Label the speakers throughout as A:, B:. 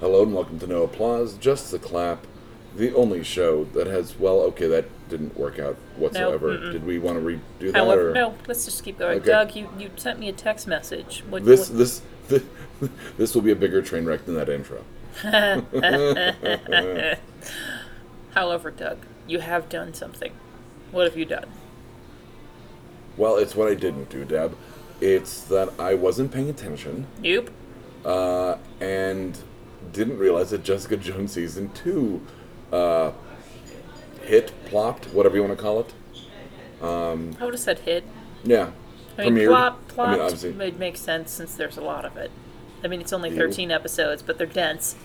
A: Hello and welcome to No Applause, Just the Clap, the only show that has, well, okay, that didn't work out whatsoever.
B: mm-mm.
A: Did we want to redo that?
B: However,
A: or
B: no, let's just keep going.
A: Okay.
B: Doug, you, you sent me a text message. What,
A: This,
B: what-
A: this, this, will be a bigger train wreck than that intro.
B: however, Doug, you have done something. What have you done?
A: Well, it's what I didn't do, Deb. It's that I wasn't paying attention
B: Nope.
A: uh, and didn't realize that Jessica Jones season two uh, hit, plopped, whatever you want to call it.
B: I would have said hit.
A: Yeah.
B: I mean, plop,
A: I mean,
B: plop
A: obviously.
B: would make sense since there's a lot of it. I mean, it's only
A: Ew.
B: 13 episodes, but they're dense.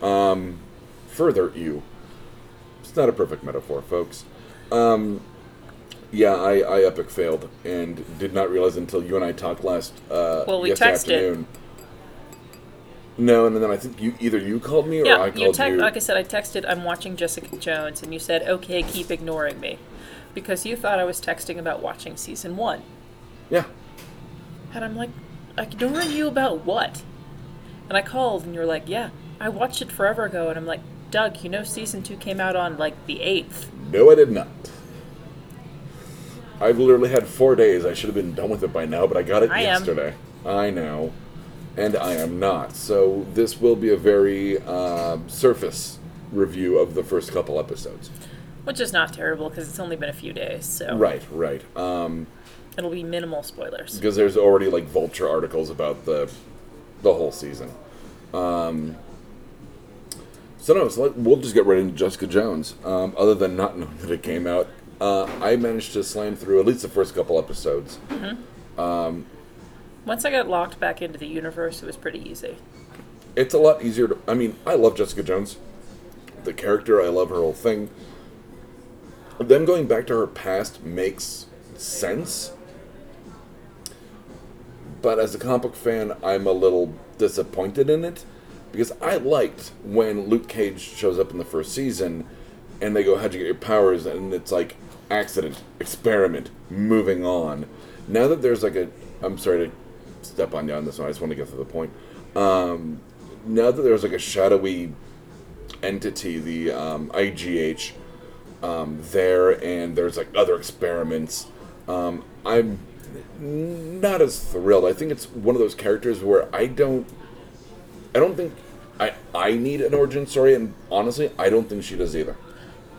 A: further you. It's not a perfect metaphor, folks. Um, yeah, I, I epic failed and did not realize until you and I talked last uh,
B: Well, we
A: yesterday
B: texted.
A: afternoon. No, and then I think you either you called me or I
B: Yeah,
A: called
B: you
A: you.
B: text. Like I said, I texted, I'm watching Jessica Jones, and you said, okay, keep ignoring me. Because you thought I was texting about watching season one.
A: yeah,
B: And I'm like, ignoring you about what? And I called, and you're like, yeah, I watched it forever ago. And I'm like, Doug, you know, season two came out on like the 8th.
A: no, I did not. I've literally had four days. I should have been done with it by now, but I got it
B: I am.
A: yesterday. I know, and I am not. So this will be a very uh, surface review of the first couple episodes.
B: Which is not terrible because it's only been a few days, so
A: Right, right. Um,
B: it'll be minimal spoilers.
A: because there's already like vulture articles about the the whole season. Um, so no, so let, we'll just get right into Jessica Jones. Um, other than not knowing that it came out, uh, I managed to slam through at least the first couple episodes.
B: Once I got locked back into the universe, it was pretty easy.
A: It's a lot easier to. I mean, I love Jessica Jones, the character. I love her whole thing. Them going back to her past makes sense. but as a comic book fan, I'm a little disappointed in it because I liked when Luke Cage shows up in the first season and they go, How'd you get your powers? And it's like, accident, experiment, moving on. Now that there's like a. I'm sorry to step on you on this one, I just want to get to the point. Um, now that there's like a shadowy entity, the um, IGH, um, there, and there's like other experiments. Um, I'm not as thrilled. I think it's one of those characters where I don't, I don't think I I need an origin story, and honestly, I don't think she does either.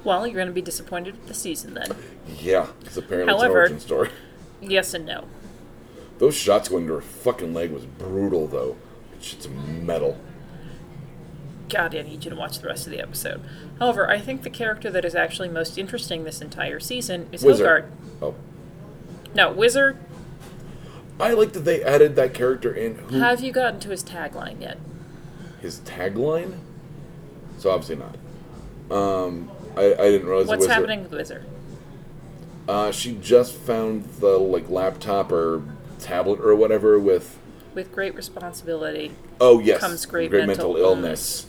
B: Well, you're going to be disappointed with the season then.
A: Yeah, it's apparently
B: However-
A: it's an origin story.
B: Yes and no.
A: Those shots going to her fucking leg was brutal, though. That Shit's metal.
B: God, I need you to watch the rest of the episode. However, I think the character that is actually most interesting this entire season is
A: Wizard.
B: Hogart.
A: Oh,
B: No, Wizard,
A: I like that they added that character in. Who
B: have you gotten to his tagline yet?
A: his tagline? So obviously not. Um, I, I didn't realize. the
B: What's
A: Wizard-
B: happening with Wizard?
A: Uh, she just found the like laptop or tablet or whatever with.
B: With great responsibility.
A: Oh yes,
B: Comes great mental
A: illness.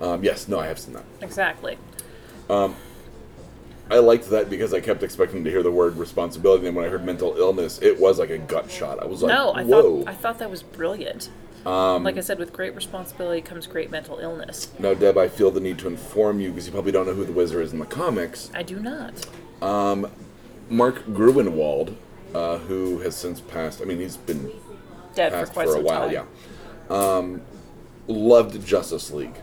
A: Um, yes, no, I have seen that.
B: Exactly.
A: I liked that because I kept expecting to hear the word responsibility, and when I heard mental illness, it was like a gut shot. I was like,
B: no, I
A: "Whoa!" Um,
B: thought I thought that was brilliant. like I said, with great responsibility comes great mental illness.
A: now, Deb, I feel the need to inform you because you probably don't know who the Wizard is in the comics.
B: I do not.
A: Mark Gruenwald, uh, who has since passed. I mean, he's been
B: Dead for
A: passed
B: quite
A: for a
B: some
A: while.
B: time.
A: Yeah, um, loved Justice League,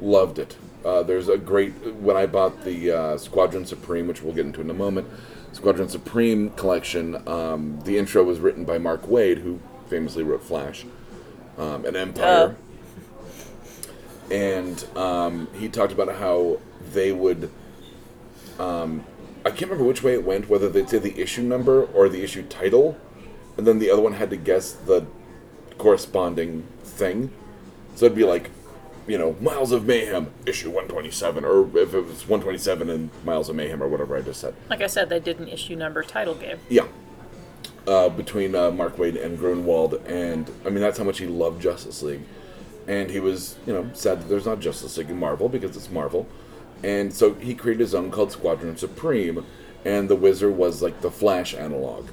A: loved it. Uh, there's a great when I bought the uh, Squadron Supreme, which we'll get into in a moment. Squadron Supreme collection. Um, the intro was written by Mark Wade, who famously wrote Flash um, and Empire.
B: Oh.
A: And um, he talked about how they would. um, I can't remember which way it went, whether they'd say the issue number or the issue title, and then the other one had to guess the corresponding thing. So it'd be like, you know, Miles of Mayhem, issue 127, or if it was 127 and Miles of Mayhem, or whatever I just said.
B: Like I said, they did an issue number title game.
A: Yeah. Uh, between uh, Mark Wade and Grunwald, and I mean, that's how much he loved Justice League. And he was, you know, sad that there's not Justice League in Marvel because it's Marvel. And so he created his own called Squadron Supreme, and the Wizard was like the Flash analog.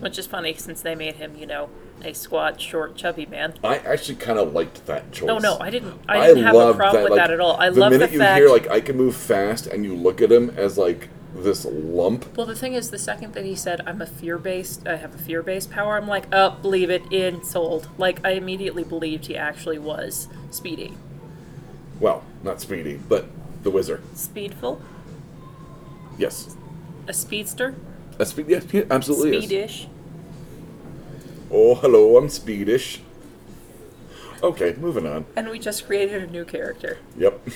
B: Which is funny since they made him, you know, a squat, short, chubby man.
A: I actually kind of liked that choice.
B: Oh, No, no, I didn't. I didn't have a
A: love
B: problem with
A: like,
B: that at all. I
A: the
B: love the
A: minute you
B: fact.
A: hear like I can move fast, and you look at him as like this lump.
B: well, the thing is, the second that he said, "I'm a fear-based. I have a fear-based power," I'm like, "Oh, believe it." In sold. Like I immediately believed he actually was speedy,
A: Well, not Speedy, but the Wizard.
B: speedful,
A: Yes,
B: a speedster,
A: a Speedy. Yes, he absolutely is.
B: speedish.
A: Oh, hello, I'm Speedish. Okay, moving on.
B: And we just created a new character.
A: Yep.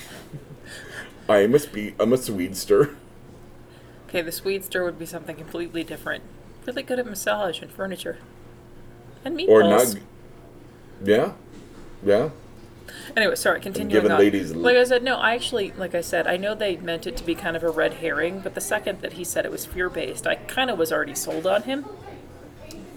A: I'm a speed. I'm a Swedester.
B: Okay, the Swedester would be something completely different. Really good at massage and furniture. And meatballs.
A: Or not. Yeah, yeah.
B: Anyway, sorry, continuing
A: giving
B: on.
A: ladies a l-
B: like I said, no, I actually, like I said, I know they meant it to be kind of a red herring, but the second that he said it was fear based, I kind of was already sold on him.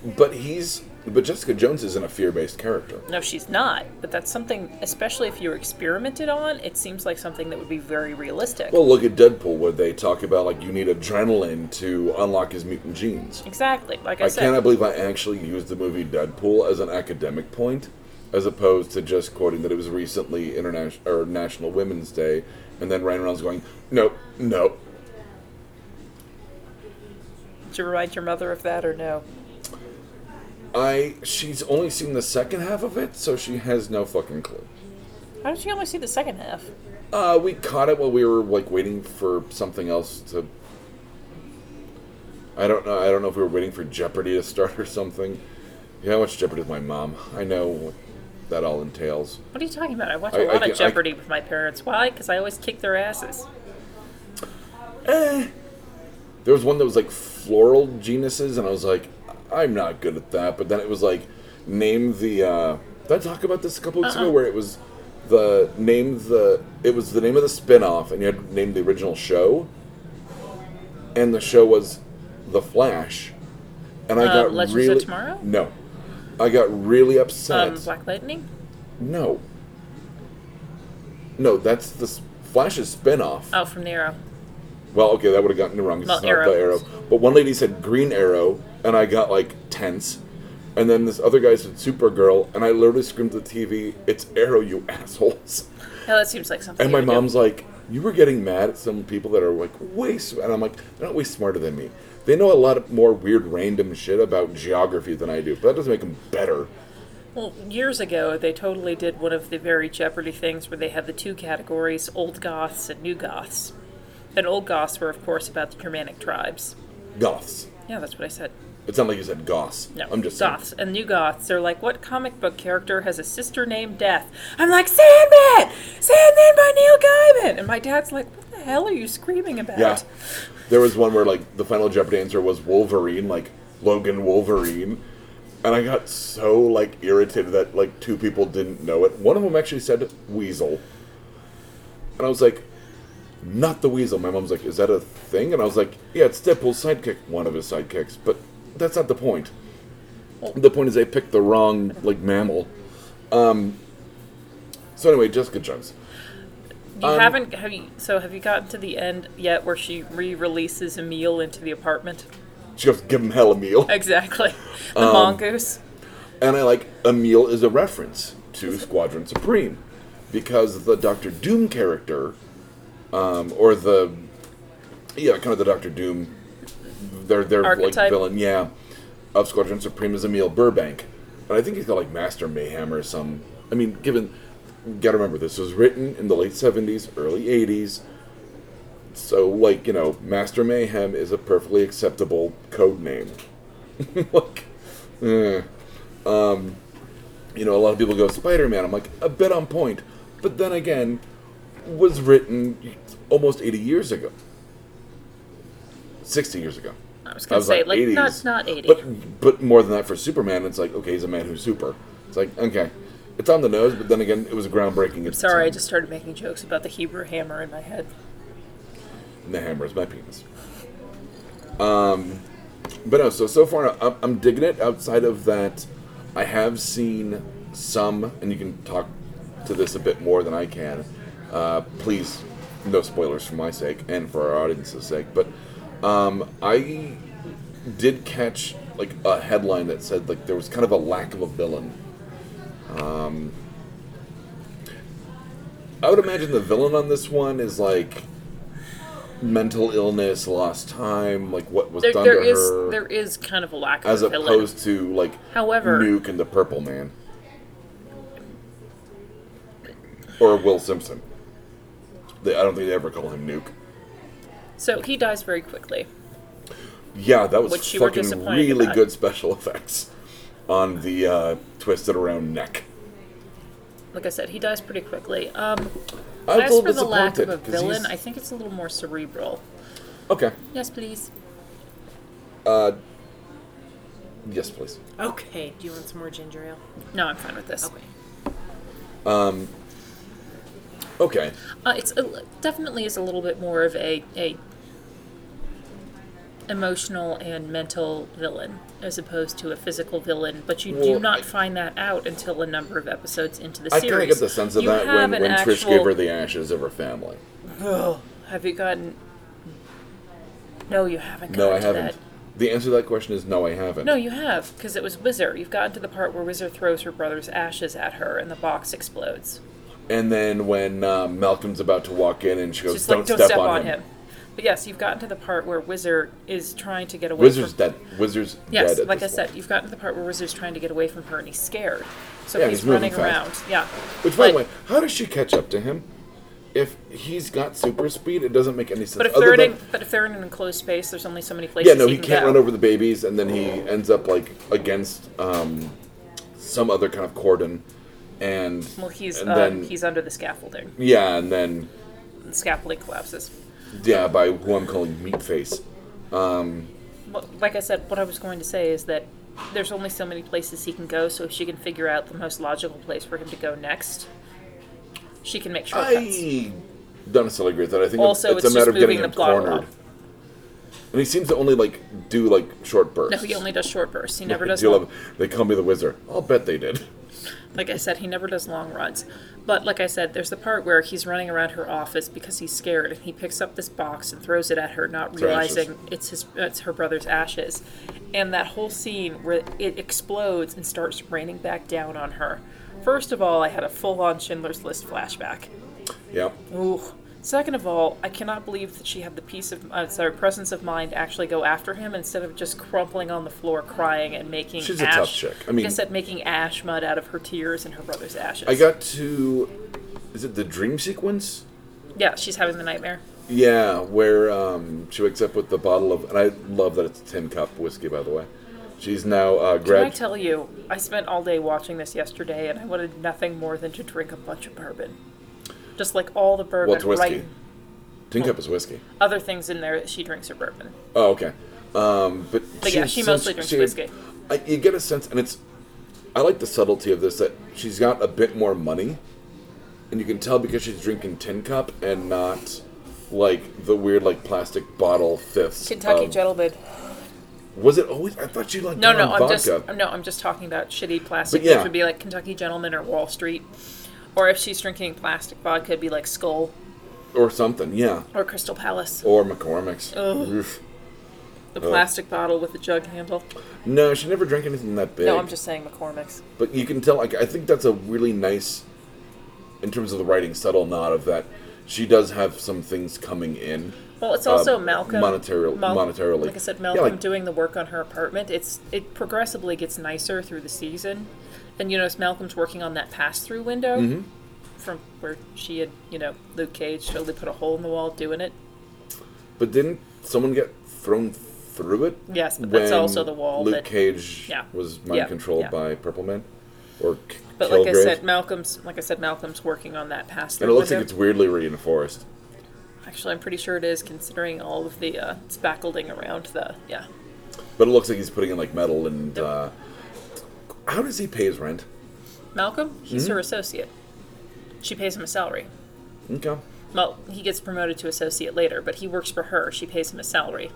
A: But he's. But Jessica Jones isn't a fear-based character.
B: No, she's not, but that's something, especially if you experimented on, it seems like something that would be very realistic.
A: Well, look at Deadpool, where they talk about like you need adrenaline to unlock his mutant genes.
B: exactly. Like I,
A: I
B: said,
A: cannot believe I actually used the movie Deadpool as an academic point, as opposed to just quoting that it was recently international or National Women's Day, and then ran around going, no, no.
B: did you remind your mother of that or no?
A: I she's only seen the second half of it, so she has no fucking clue.
B: How did you only see the second half?
A: Uh, we caught it while we were like waiting for something else to. I don't know. I don't know if we were waiting for Jeopardy to start or something. Yeah, I watched Jeopardy with my mom. I know what that all entails.
B: What are you talking about? I watch
A: I-
B: a
A: I
B: lot
A: get- I-
B: of Jeopardy with my parents. Why? Because I always kick their asses.
A: There was one that was like floral genuses, and I was like, I'm not good at that. But then it was like, name the. Uh, did I talk about this a couple weeks
B: Uh-uh.
A: ago? Where it was the name the it was the name of the spin-off and you had to name the original show and the show was the flash and i
B: Uh,
A: got
B: Legends of
A: really
B: Tomorrow?
A: no i got really upset
B: Um, Black Lightning?
A: no no that's the s- flash's spin-off
B: Oh, from the Arrow.
A: well, okay, that would have gotten it wrong. 'cause
B: Well,
A: it's not
B: arrow.
A: the arrow. But one lady said green arrow, and I got like tense. And then this other guy said Supergirl, and I literally screamed to the TV, "It's arrow, you assholes!"
B: Hell, that seems like something.
A: And my
B: you would do.
A: mom's like, "You were getting mad at some people that are like way," sm-. and I'm like, "They're not way smarter than me. They know a lot of more weird, random shit about geography than I do, but that doesn't make them better."
B: Well, years ago, they totally did one of the very Jeopardy things where they had the two categories, Old Goths and New Goths. And Old Goths were, of course, about the Germanic tribes.
A: Goths.
B: Yeah, that's what I said.
A: It's not like you said goths.
B: No,
A: I'm just
B: Goths and New Goths. They're like, what comic book character has a sister named Death? I'm like, Sandman! Sandman by Neil Gaiman! And my dad's like, what the hell are you screaming about?
A: Yeah. There was one where like the final Jeopardy answer was Wolverine, like Logan Wolverine. And I got so like irritated that like two people didn't know it. One of them actually said weasel. And I was like, not the weasel. My mom's like, is that a thing? And I was like, yeah, it's Deadpool's sidekick, one of his sidekicks, but that's not the point. The point is they picked the wrong like mammal. Um so anyway, Jessica Jones.
B: You
A: Um,
B: haven't have you so have you gotten to the end yet where she re-releases Emil into the apartment?
A: She goes, give him hell a meal.
B: Exactly.
A: Um,
B: The mongoose.
A: And I like Emil is a reference to Squadron Supreme because the Doctor Doom character, um, or the yeah, kind of the Doctor Doom, their their like
B: Archetype.
A: villain, yeah, of Squadron Supreme is Emil Burbank, and I think he's called like Master Mayhem or some. I mean, given got to remember this was written in the late seventies, early eighties. So, like you know, Master Mayhem is a perfectly acceptable code name. like, eh you know, a lot of people go Spider Man. I'm like, a bit on point. But then again, was written almost 80 years ago. 60 years ago.
B: I was gonna say, like, not- not 80.
A: But, but more than that for Superman, it's like, okay, he's a man who's super. It's like, okay. It's on the nose, but then again, it was groundbreaking. It's
B: Sorry, I just started making jokes about the Hebrew hammer in my head.
A: The hammer is my penis. Um, but no, so so far I'm, I'm digging it. Outside of that, I have seen some, and you can talk to this a bit more than I can. Uh, please, no spoilers for my sake and for our audience's sake. But um, I did catch like a headline that said like there was kind of a lack of a villain. Um, I would imagine the villain on this one is like mental illness, lost time, like what was
B: There,
A: done
B: there
A: to
B: is
A: her,
B: there is kind of a lack of
A: as
B: a villain.
A: opposed to like
B: However-
A: Nuke and the Purple Man, or Will Simpson. They, I don't think they ever call him Nuke.
B: So he dies very quickly.
A: Yeah, that was
B: Which you were
A: fucking
B: disappointed
A: really
B: about.
A: good special effects on the uh, twisted around neck.
B: Like I said, he dies pretty quickly. Um,
A: I
B: as
A: was a
B: for the
A: little
B: lack of
A: disappointed
B: a
A: 'cause
B: villain,
A: he's-
B: I think it's a little more cerebral.
A: Okay.
B: Yes, please.
A: Uh, yes, please.
C: Okay. Do you want some more ginger ale?
B: No, I'm fine with this.
C: Okay.
A: Um, okay.
B: Uh, it's a, definitely is a little bit more of a, a emotional and mental villain as opposed to a physical villain. But you do
A: Well,
B: not
A: I-
B: find that out until a number of episodes into the
A: I
B: series.
A: kind of get the sense of
B: You
A: that
B: have
A: when,
B: an
A: when Trish
B: actual-
A: gave her the ashes of her family.
B: Ugh, have you gotten? No, you haven't.
A: No, I
B: gotten to
A: haven't.
B: That.
A: The answer to that question is no, I haven't.
B: No, you have, because it was Wizard. You've gotten to the part where Wizard throws her brother's ashes at her, and the box explodes.
A: And then when uh, Malcolm's about to walk in and she goes,
B: Just
A: don't,
B: like don't step, on him. But yes, you've gotten to the part where Wizard is trying to get away.
A: Wizard's
B: from...
A: dead. Wizard's
B: Yes,
A: dead. at
B: like I
A: this
B: said,
A: point.
B: you've gotten to the part where Wizard's trying to get away from her and he's scared. So
A: Yeah,
B: he's,
A: he's moving
B: running around.
A: fast.
B: Yeah.
A: Which, by the
B: But-
A: way, how does she catch up to him? If he's got super speed, it doesn't make any sense.
B: But if
A: Other
B: they're in,
A: than,
B: a- but if they're in an enclosed space, there's only so many places.
A: yeah, no, he
B: can
A: can't
B: go.
A: run over the babies, and then he ends up like against um, some other kind of cordon, and
B: Well, he's
A: and
B: um,
A: then
B: he's under the scaffolding.
A: yeah, and then
B: The scaffolding collapses.
A: yeah, by who I'm calling Meatface. Um,
B: Well, like I said, what I was going to say is that there's only so many places he can go. So if she can figure out the most logical place for him to go next, she can make shortcuts.
A: I don't necessarily agree with that. I think
B: Also,
A: it's,
B: it's
A: a matter
B: just
A: of getting
B: moving the
A: him
B: plot
A: cornered.
B: along.
A: And he seems to only like do like short
B: No,
A: bursts.
B: he only does short bursts. He never
A: I
B: does.
A: do
B: long-
A: love it. They call me the wizard. I'll bet they did.
B: like I said, he never does long runs. But like I said, there's the part where he's running around her office because he's scared, and he picks up this box and throws it at her, not
A: ashes.
B: realizing it's his it's her brother's ashes. And that whole scene where it explodes and starts raining back down on her. First of all, I had a full-on Schindler's List flashback.
A: Yeah.
B: Ooh. Second of all, I cannot believe that she had the peace of uh, sorry presence of mind to actually go after him instead of just crumpling on the floor crying and making.
A: She's a
B: ash,
A: tough chick. I mean-
B: like I said making ash mud out of her tears and her brother's ashes.
A: I got to. Is it the dream sequence?
B: Yeah, she's having the nightmare.
A: Yeah, where um, she wakes up with the bottle of, and I love that it's a tin cup whiskey, by the way. She's now uh,
B: Can I
A: grad.
B: tell you? I spent all day watching this yesterday, and I wanted nothing more than to drink a bunch of bourbon, just like all the bourbon.
A: Well, it's whiskey.
B: Right.
A: Tin cup is whiskey.
B: Other things in there that she drinks are bourbon.
A: Oh, okay. Um, but
B: But yeah, she mostly drinks whiskey.
A: I, you get a sense, and it's. I like the subtlety of this that she's got a bit more money, and you can tell because she's drinking tin cup and not like the weird like plastic bottle fifths.
B: Kentucky
A: of-
B: gentleman.
A: Was it always? I thought she liked
B: No,
A: it
B: no,
A: on
B: I'm
A: vodka.
B: just no, I'm just talking about shitty plastic,
A: But yeah.
B: which would be like Kentucky Gentleman or Wall Street, or if she's drinking plastic vodka, it'd be like Skull
A: or something, yeah,
B: or Crystal Palace,
A: or McCormick's. Oof.
B: the
A: oh.
B: plastic bottle with the jug handle.
A: No, she never drank anything that big.
B: No, I'm just saying McCormick's.
A: But you can tell. Like, I think that's a really nice, in terms of the writing, subtle nod of that. She does have some things coming in.
B: Well, it's also
A: Uh,
B: Malcolm.
A: monetari- monetarily.
B: like I said,
A: Yeah,
B: Malcolm
A: like-
B: doing the work on her apartment. It's it progressively gets nicer through the season, and you notice Malcolm's working on that pass-through window
A: Mm-hmm.
B: from where she and you know Luke Cage totally put a hole in the wall doing it.
A: But didn't someone get thrown through it?
B: Yes, but that's
A: when
B: also the wall
A: Luke
B: that-
A: Cage
B: Yeah.
A: was
B: Yeah,
A: mind controlled
B: yeah.
A: by Purple Man, or K-
B: But like I
A: Kilgrave?
B: said, Malcolm's like I said, Malcolm's working on that pass
A: and it
B: through
A: looks like
B: window.
A: it's weirdly reinforced.
B: Actually, I'm pretty sure it is, considering all of the uh, spackelding around the yeah.
A: But it looks like he's putting in like metal and. Uh, how does he pay his rent?
B: Malcolm, he's
A: Hmm?
B: her associate. She pays him a salary.
A: Okay.
B: Well, he gets promoted to associate later, but he works for her. She pays him a salary,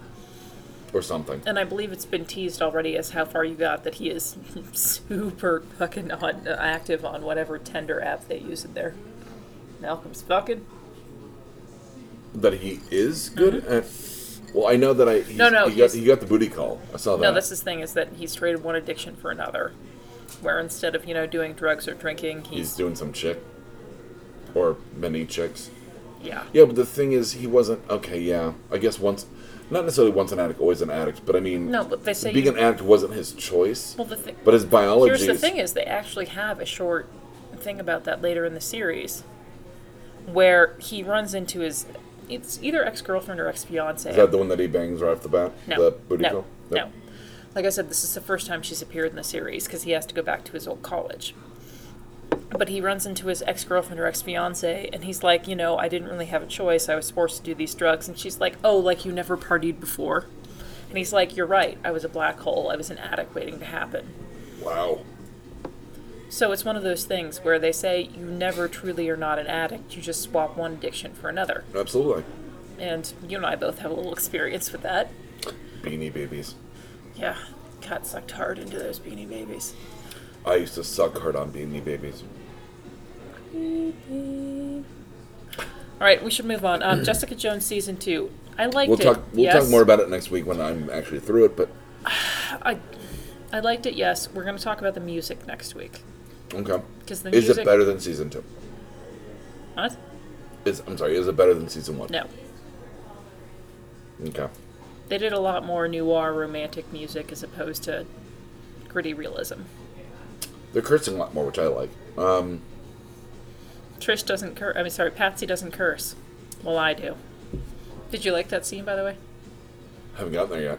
A: Or something.
B: and I believe it's been teased already as how far you got that he is super fucking on, uh, active on whatever Tinder app they use in there. Malcolm's fucking
A: That he is good at Well, I know that I he's-
B: Mm-hmm. No, no,
A: he got,
B: he's-
A: he got the booty call. I saw that.
B: No, that's his thing is that he's traded one addiction for another. Where instead of, you know, doing drugs or drinking,
A: he's
B: he's,
A: doing some chick or many chicks.
B: yeah.
A: Yeah, but the thing is, he wasn't okay. Yeah, I guess once, not necessarily once an addict, always an addict. But I mean,
B: No, but they say
A: being
B: you-
A: an addict wasn't his choice.
B: Well, the thing
A: but his biology.
B: Here's the
A: is-
B: thing is they actually have a short thing about that later in the series where he runs into his it's either ex-girlfriend or ex-fiance.
A: Is that the one that he bangs right off the bat?
B: no,
A: The booty
B: no,
A: call?
B: no. Like I said, this is the first time she's appeared in the series because he has to go back to his old college. But he runs into his ex girlfriend or ex fiance, and he's like, You know, I didn't really have a choice. I was forced to do these drugs. And she's like, Oh, like you never partied before. And he's like, You're right. I was a black hole. I was an addict waiting to happen.
A: Wow.
B: So it's one of those things where they say you never truly are not an addict. You just swap one addiction for another.
A: Absolutely.
B: And you and I both have a little experience with that.
A: Beanie Babies.
B: Yeah, got sucked hard into those beanie babies.
A: I used to suck hard on Beanie Babies.
B: All right, we should move on. Um, Jessica Jones season two. I liked
A: We'll
B: it.
A: talk. We'll
B: yes.
A: talk more about it next week when I'm actually through it. But
B: I, I liked it. Yes, we're going to talk about the music next week.
A: okay.
B: 'Cause the
A: is it
B: music-
A: better than season two?
B: What?
A: Is I'm sorry. Is it better than season one?
B: No,
A: Okay.
B: they did a lot more noir romantic music as opposed to gritty realism.
A: They're cursing a lot more, which I like. Um,
B: Trish doesn't curse. I mean, sorry, Patsy doesn't curse. Well, I do. Did you like that scene, by the way?
A: haven't gotten there yet.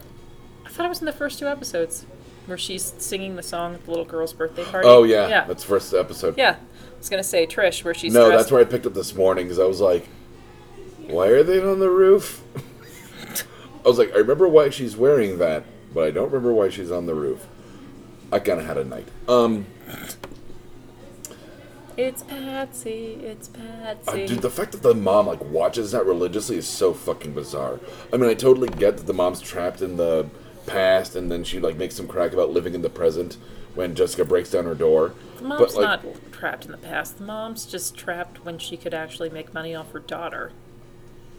B: I thought it was in the first two episodes where she's singing the song at the little girl's birthday party.
A: Oh yeah,
B: yeah,
A: that's first episode.
B: yeah. I was gonna say Trish, where she's
A: No,
B: dressed-
A: that's where I picked up this morning because I was like, why are they on the roof? I was like, I remember why she's wearing that, but I don't remember why she's on the roof. I kind of had a night. Um,
B: It's Patsy. It's Patsy.
A: I, dude, the fact that the mom like watches that religiously is so fucking bizarre. I mean, I totally get that the mom's trapped in the past, and then she like makes some crack about living in the present when Jessica breaks down her door.
B: The mom's not trapped in the past. The mom's just trapped when she could actually make money off her daughter.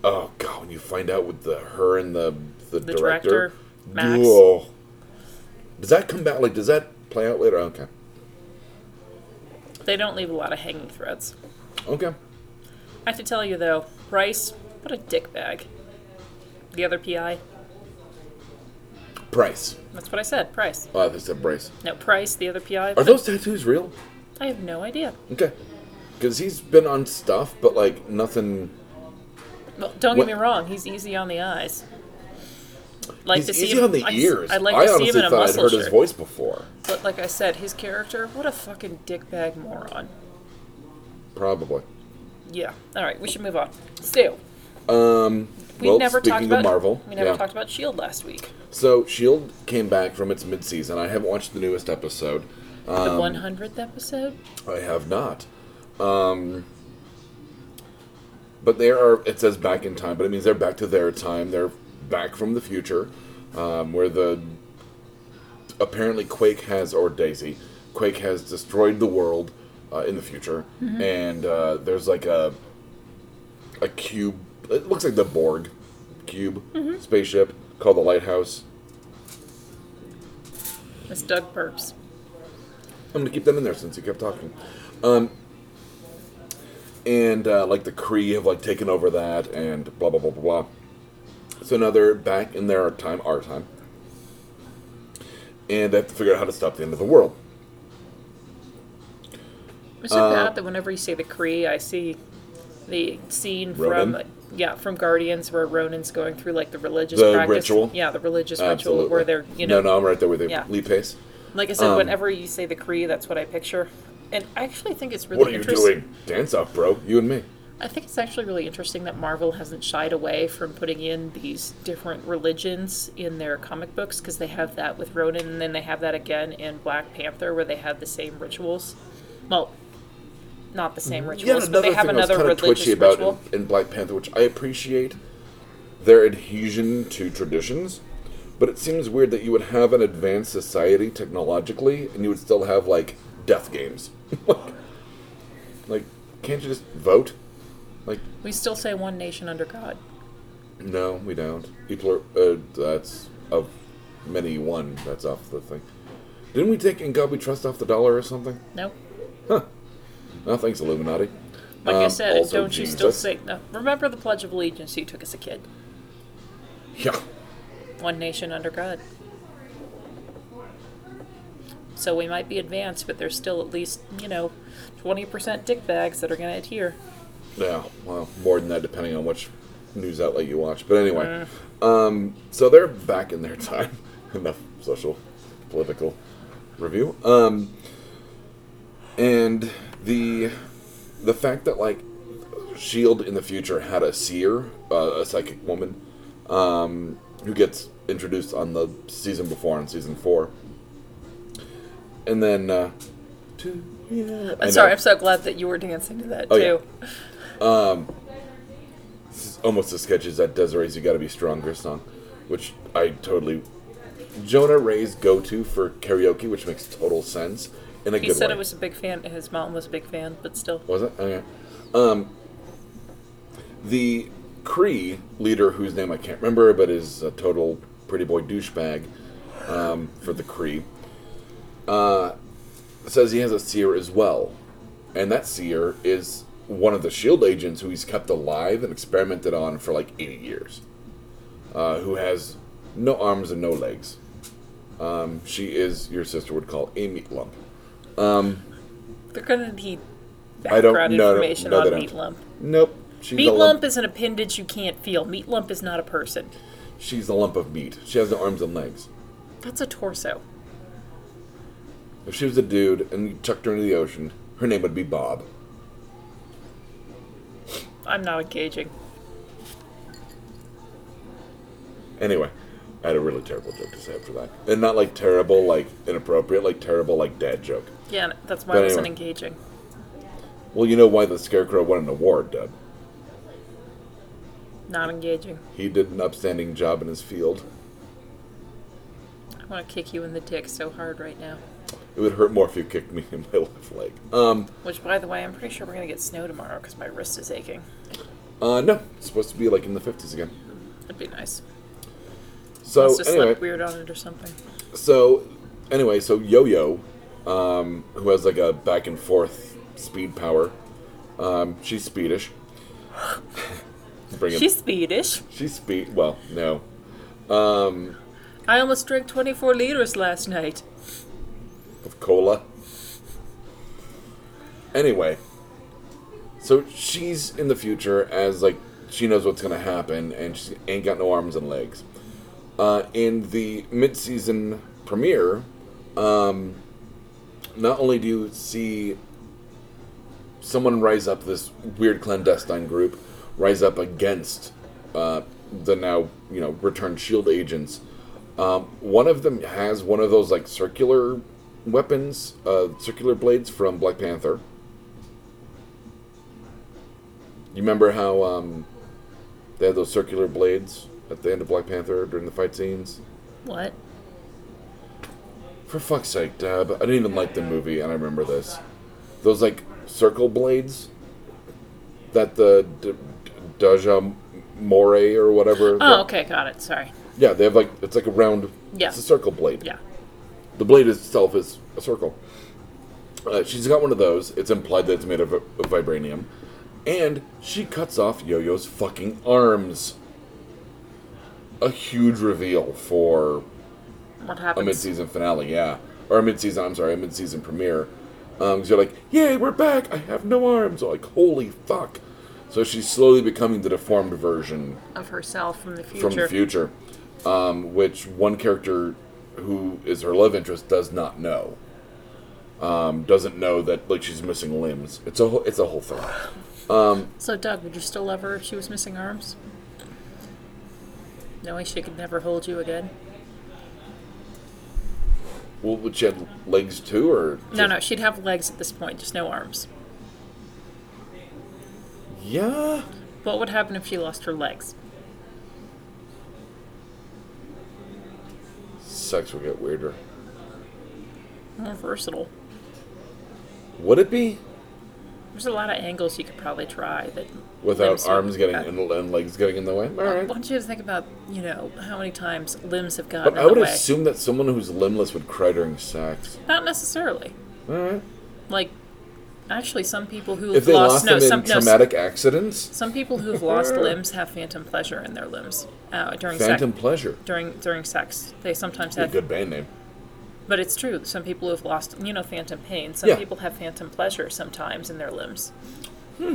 A: Oh god, when you find out with the her and the the,
B: The
A: director,
B: director, Max.
A: Whoa. Does that come back? Like, does that play out later? Okay,
B: They don't leave a lot of hanging threads.
A: okay.
B: I have to tell you though, Bryce, what a dickbag. The other PI.
A: Price.
B: That's what I said. Price.
A: Oh, they said Bryce.
B: No, Price, the other PI.
A: Are those tattoos real?
B: I have no idea.
A: Okay, because he's been on stuff, but like nothing.
B: Well, don't
A: What-
B: get me wrong, he's easy on the eyes. Like
A: he's
B: to see
A: easy
B: him,
A: on the
B: I,
A: ears.
B: I like
A: I
B: to see
A: honestly
B: him in a
A: thought I'd
B: muscle
A: heard
B: shirt.
A: his voice before.
B: But like I said, his character, what a fucking dickbag moron.
A: Probably.
B: Yeah. All right, we should move on. Stu,
A: Um.
B: we
A: well,
B: never
A: speaking
B: talked about
A: of Marvel,
B: We never
A: yeah.
B: talked about Shield E last week.
A: So Shield E came back from its mid-season. I haven't watched the newest episode.
B: The
A: Um,
B: 100th episode.
A: I have not. Um, but they are. It says back in time, but it means they're back to their time. They're back from the future, um, where the apparently Quake has or Daisy, Quake has destroyed the world uh, in the future, and uh, there's like a a cube. It looks like the Borg cube spaceship called the Lighthouse.
B: Miss Doug burps.
A: I'm gonna keep that in there since you kept talking. Um, and uh, like the Kree have like taken over that, and blah blah blah blah blah. So now they're back in their time, our time, and they have to figure out how to stop the end of the world.
B: Is it
A: Uh,
B: bad that whenever you say the Kree, I see the scene
A: Ronan?
B: from yeah from Guardians where Ronan's going through like the religious
A: The
B: practice.
A: ritual?
B: Yeah, the religious
A: Absolutely.
B: ritual where they're you know
A: no, no, I'm right there with you.
B: Yeah.
A: Lee Pace.
B: Like I said,
A: Um,
B: whenever you say the Kree, that's what I picture. And I actually think it's really
A: What are you
B: interesting.
A: doing? Dance off, bro. You and me.
B: I think it's actually really interesting that Marvel hasn't shied away from putting in these different religions in their comic books because they have that with Ronan, and then they have that again in Black Panther where they have the same rituals. Well, not the same rituals, but they have another
A: kinda
B: religious
A: twitchy about
B: ritual.
A: in, in Black Panther, which I appreciate their adhesion to traditions, but it seems weird that you would have an advanced society technologically and you would still have like death games. like, like, can't you just vote? Like,
B: We still say one nation under God.
A: No, we don't. E plur, uh, that's of many one. That's off the thing. Didn't we take "In God We Trust" off the dollar or something?
B: No.
A: No, thanks, Illuminati.
B: Like I
A: Um,
B: said,
A: also
B: don't you still
A: Jesus.
B: say? No. Remember the Pledge of Allegiance you took as a kid.
A: Yeah.
B: One nation under God. So we might be advanced, but there's still at least you know, twenty percent dick bags that are going to adhere.
A: Yeah, well, more than that, depending on which news outlet you watch. But anyway, um, so they're back in their time. Enough social, political review. Um, and the the fact that like Shield E in the future had a seer, uh, a psychic woman, um, who gets introduced on the season before on season four, and then. Uh, to- yeah, I
B: I'm sorry,
A: know.
B: I'm so glad that you were dancing to that
A: Oh, yeah.
B: too.
A: It's almost as sketchy as that Desiree's "You Got to Be Stronger" song, which I totally Jonah Ray's go-to for karaoke, which makes total sense in a
B: He
A: good
B: said
A: way.
B: it was a big fan. His mom was a big fan, but still.
A: Was it okay? Um, the Cree leader, whose name I can't remember, but is a total pretty boy douchebag um, for the Cree, uh, says he has a seer as well, and that seer is one of the Shield E agents who he's kept alive and experimented on for like 80 years, uh, who has no arms and no legs. Um, she is your sister would call a meat lump.
B: They're going to need
A: I don't- no,
B: background
A: no,
B: information
A: no, they
B: on
A: don't.
B: Meat Lump.
A: Nope, she's
B: Meat
A: a
B: Lump is an appendage you can't feel. Meat Lump is not a person.
A: She's a lump of meat. She has no arms and legs.
B: That's a torso.
A: If she was a dude and you chucked her into the ocean, her name would be Bob.
B: I'm not engaging.
A: Anyway, I had a really terrible joke to say after that. And not like terrible, like inappropriate, like terrible, like dad joke.
B: Yeah, n- that's why
A: But
B: I wasn't
A: anyway.
B: engaging.
A: Well, you know why the Scarecrow won an award, Deb.
B: Not engaging.
A: He did an upstanding job in his field.
B: I want to kick you in the dick so hard right now.
A: It would hurt more if you kicked me in my left leg. Um,
B: Which, by the way, I'm pretty sure we're going to get snow tomorrow because my wrist is aching.
A: uh, no, it's supposed to be like in the 50s again.
B: That'd be nice.
A: So,
B: Let's just
A: anyway.
B: slap weird on it or something.
A: So, anyway, so Yo Yo, um, who has like a back and forth speed power, um, she's speedish. Bring it.
B: She's Swedish.
A: she's speed. Well, no.
B: I almost drank 24 liters last night.
A: Of cola. Anyway, so she's in the future as like she knows what's gonna happen, and she ain't got no arms and legs. Uh, in the mid-season premiere, um, not only do you see someone rise up, this weird clandestine group rise up against uh, the now you know returned Shield E agents. Um, one of them has one of those like circular weapons, uh, circular blades from Black Panther. You remember how um, they had those circular blades at the end of Black Panther during the fight scenes?
B: What?
A: For fuck's sake, Deb. I didn't even like the movie, and I remember this. Those, like, circle blades that the D- D- Daja More or whatever.
B: Oh,
A: the-
B: okay, got it. Sorry.
A: Yeah, they have, like, it's like a round.
B: Yeah.
A: It's a circle blade.
B: Yeah.
A: The blade itself is a circle. Uh, she's got one of those. It's implied that it's made of, of vibranium. And she cuts off Yo Yo's fucking arms. A huge reveal for
B: What
A: a
B: happens?
A: mid-season finale, yeah, or a mid-season. I'm sorry, a mid-season premiere. Um, because you're like, yay, we're back. I have no arms. Like, holy fuck. So she's slowly becoming the deformed version
B: of herself from the future.
A: from the future, um, which one character who is her love interest does not know. Um, doesn't know that like she's missing limbs. It's a whole, it's a whole thing.
B: So, Doug, would you still love her if she was missing arms? Knowing she could never hold you again?
A: Well, would she have legs too, or
B: No, no, she'd have legs at this point, just no arms.
A: Yeah,
B: What would happen if she lost her legs?
A: sex would get weirder.
B: More versatile.
A: Would it be?
B: There's a lot of angles you could probably try that. limbs
A: without
B: would-
A: arms getting
B: uh,
A: and, and legs getting in the way. All right.
B: Why don't you just think about you know how many times limbs have gotten
A: But
B: in
A: I would
B: the way?
A: assume that someone who's limbless would cry during sex.
B: Not necessarily.
A: All right.
B: Like, actually, some people who
A: If
B: have
A: they lost,
B: lost, no,
A: them
B: some
A: in
B: no, s-
A: traumatic accidents,
B: Some people who've lost limbs have phantom pleasure in their limbs uh, during
A: phantom
B: sex.
A: pleasure.
B: During during sex, they sometimes
A: A
B: have.
A: good band name.
B: But it's true. Some people who've lost, you know, phantom pain. Some
A: Yeah.
B: people have phantom pleasure sometimes in their limbs.
A: Hmm.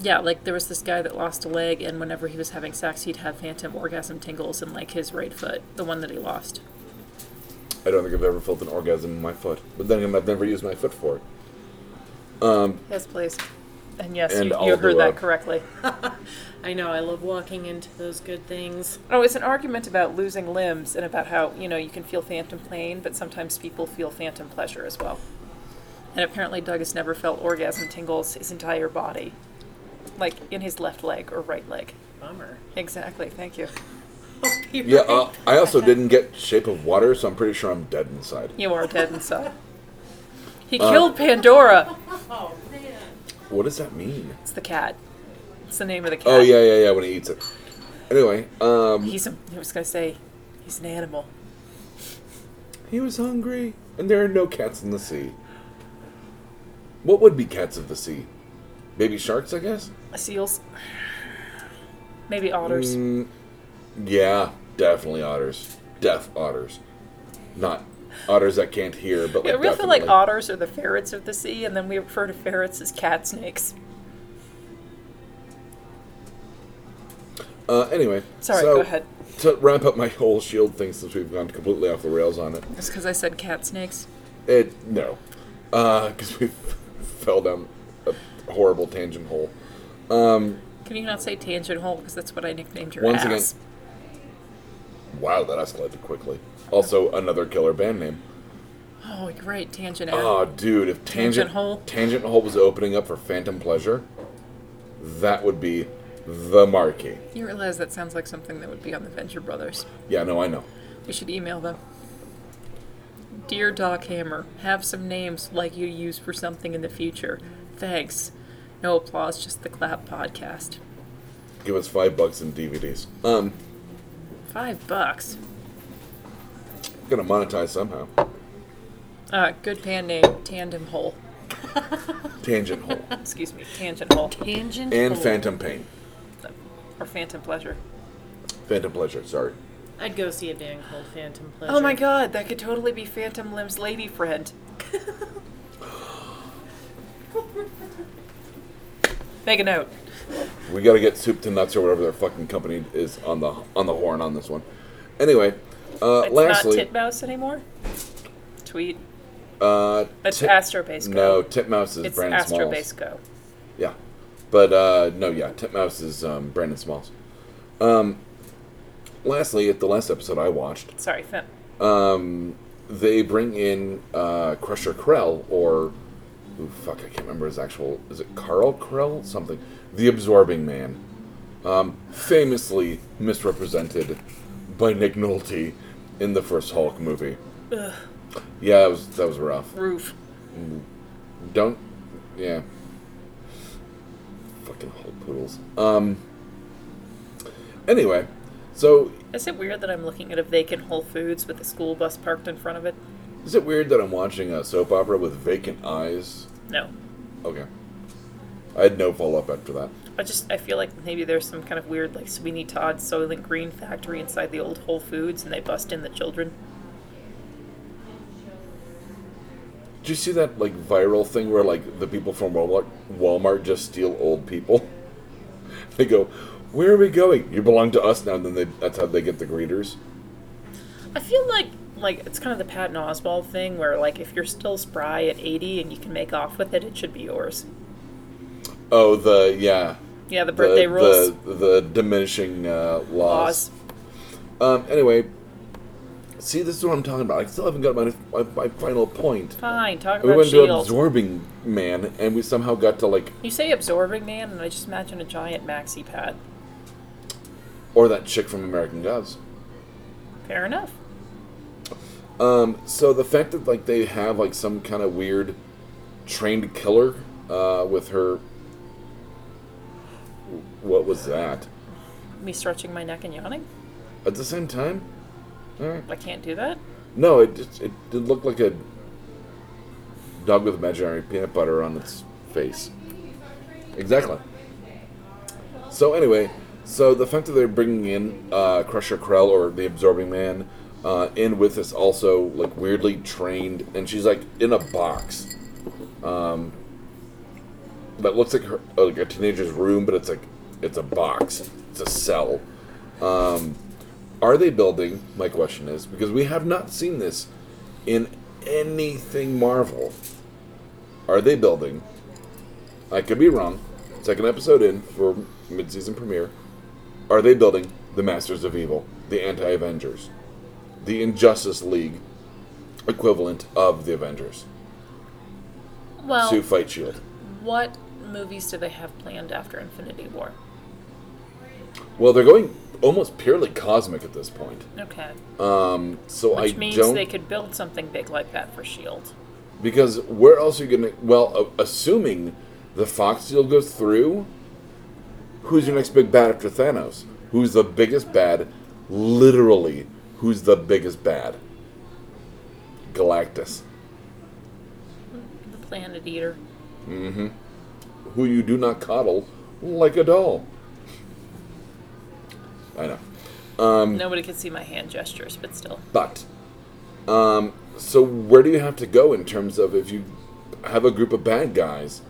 B: Yeah, like there was this guy that lost a leg, and whenever he was having sex, he'd have phantom orgasm tingles in like his right foot, the one that he lost.
A: I don't think I've ever felt an orgasm in my foot, but then again, I've never used my foot for it.
B: Yes, please. And yes,
A: And uh,
B: you,
A: I'll
B: you
A: do
B: heard that
A: a-
B: correctly.
C: I know. I love walking into those good things.
B: Oh, it's an argument about losing limbs and about how, you know, you can feel phantom pain, but sometimes people feel phantom pleasure as well. And apparently, Doug has never felt orgasm tingles his entire body, like in his left leg or right leg.
C: Bummer.
B: Exactly, thank you.
C: I'll be
A: Yeah,
C: right
A: uh, I also didn't get Shape of Water, so I'm pretty sure I'm dead inside.
B: You are dead inside. He
A: Uh,
B: killed Pandora.
A: What does that mean?
B: It's the cat. It's the name of the cat.
A: Oh yeah, yeah, yeah. When he eats it. Anyway, um,
B: He's a, I was going to say, he's an animal.
A: he was hungry, and there are no cats in the sea. What would be cats of the sea? Baby sharks, I guess.
B: Seals. Maybe otters.
A: Mm, yeah, definitely otters. Deaf otters, not otters that can't hear, but
B: Yeah,
A: like
B: I really feel
A: definitely.
B: like otters are the ferrets of the sea, and then we refer to ferrets as cat snakes.
A: Uh, anyway,
B: Sorry,
A: so
B: go ahead.
A: To wrap up my whole shield thing, since we've gone completely off the rails on it.
B: That's because I said cat snakes.
A: It no, because we fell down a horrible tangent hole.
B: Can you not say tangent hole? Because that's what I nicknamed your
A: Once
B: ass.
A: again, wow, that escalated quickly. Also, another killer band name.
B: Oh, you're right, tangent air.
A: Oh, dude, if tangent,
B: Tangent Hole?
A: Tangent Hole was opening up for Phantom Pleasure, that would be the marquee.
B: you realize that sounds like something that would be on the Venture Brothers.
A: Yeah, no, I know.
B: We should email them. Dear Doc Hammer, have some names like you use for something in the future. Thanks. No applause, just the clap podcast.
A: Give us five bucks in DVDs. Um,
B: Five bucks.
A: gonna monetize somehow.
B: Uh, good pan name, Tandem Hole.
A: Tangent Hole
B: Excuse me, Tangent Hole.
C: back. Tangent
A: and
C: hole.
A: Phantom Pain,
B: Or Phantom Pleasure.
A: Phantom Pleasure. Sorry.
C: I'd go see a band called Phantom Pleasure.
B: Oh my god, that could totally be Phantom Limb's lady friend. Make a note.
A: We gotta get soup to nuts or whatever their fucking company is on the on the horn on this one. Anyway, uh,
B: It's
A: lastly,
B: not Titmouse anymore. Tweet.
A: uh,
B: It's
A: Tit-
B: Astrobase Go.
A: No, Titmouse is
B: It's
A: Brandon Smalls.
B: Astrobase Go.
A: Yeah, but uh, no, yeah, Titmouse is um, Brandon Smalls. Um, lastly, at the last episode I watched,
B: Sorry, Fem.
A: they bring in uh, Crusher Krell or ooh, fuck, I can't remember his actual. Is it Carl Krell? Something. The Absorbing Man, um, famously misrepresented by Nick Nolte in the first Hulk movie. Yeah, that was that was rough.
B: Roof.
A: Don't. Yeah. Fucking Hulk poodles. Um. Anyway, so
B: Is it weird that I'm looking at a vacant Whole Foods with a school bus parked in front of it?
A: is it weird that I'm watching a soap opera with vacant eyes?
B: No.
A: Okay. I had no follow up after that.
B: I just I feel like maybe there's some kind of weird like Sweeney Todd Soylent Green factory inside the old Whole Foods and they bust in the children.
A: Did you see that like viral thing where like the people from Walmart Walmart just steal old people? They go, "Where are we going? You belong to us now." And then they that's how they get the greeters.
B: I feel like like it's kind of the Patton Oswald thing where like if you're still spry at 80 and you can make off with it, it should be yours.
A: Oh, the yeah.
B: Yeah, the
A: The-
B: birthday
A: the,
B: rules
A: The, diminishing uh, laws.
B: laws.
A: Um. Anyway, see, this is what I'm talking about. I still haven't got my my, my final point.
B: Fine, talk
A: We
B: about
A: went to
B: shields.
A: absorbing man, and we somehow got to like
B: you say absorbing man, and I just imagine a giant maxi pad.
A: or that chick from American Gods.
B: Fair enough.
A: Um, so the fact that like they have like some kind of weird trained killer uh, with her. What was that?
B: Me stretching my neck and yawning?
A: At the same time? Alright.
B: I can't do that?
A: No, it just it, it looked like a dog with imaginary peanut butter on its face. Exactly. So anyway, so the fact that they're bringing in uh, Crusher Krell or the Absorbing Man uh, in with this also like weirdly trained, and she's like in a box um, that looks like her, like a teenager's room, but it's like it's a box, it's a cell. Um, are they building? My question is because we have not seen this in anything Marvel. Are they building? I could be wrong. Second episode in for mid-season premiere. Are they building the Masters of Evil, the Anti-Avengers, the Injustice League equivalent of the Avengers
B: Well,
A: to fight Shield?
B: what movies do they have planned after Infinity War?
A: Well, they're going almost purely cosmic at this point.
B: Okay.
A: Um, so
B: Which
A: I
B: means
A: don't
B: they could build something big like that for S.H.I.E.L.D.
A: because where else are you gonna? Well, a- assuming the Fox deal goes through, who's your next big bad after Thanos? Who's the biggest bad? Literally, who's the biggest bad? Galactus,
B: The Planet Eater.
A: who you do not coddle like a doll. I know, Um,
B: Nobody could see my hand gestures, but still.
A: but um, so where do you have to go in terms of if you have a group of bad guys?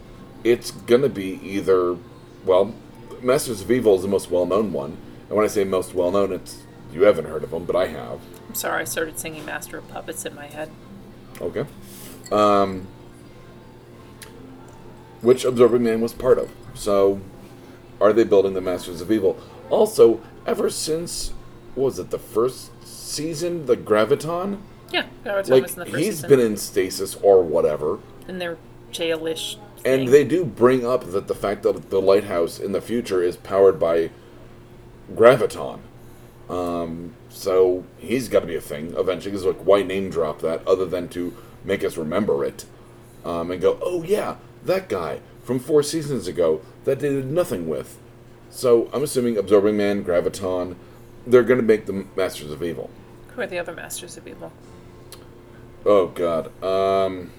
A: It's gonna be either well, Masters of Evil is the most well-known one, and when I say most well-known, it's you haven't heard of them, but I have.
B: I'm sorry, I started singing Master of Puppets in my head.
A: Okay. Um, which Absorbing Man was part of. So, are they building the Masters of Evil? Also, ever since, what was it, the first season, the Graviton?
B: Yeah, Power
A: Like,
B: Time was
A: he's
B: in the first season.
A: been in stasis or whatever.
B: in their jailish.
A: And
B: thing.
A: they do bring up that the fact that the lighthouse in the future is powered by graviton. Um, so he's got to be a thing eventually. Because like, why name drop that other than to make us remember it um, and go, oh yeah, that guy from four seasons ago that they did nothing with. So I'm assuming Absorbing Man, Graviton, they're going to make the Masters of Evil.
B: Who are the other Masters of Evil?
A: Oh God, um,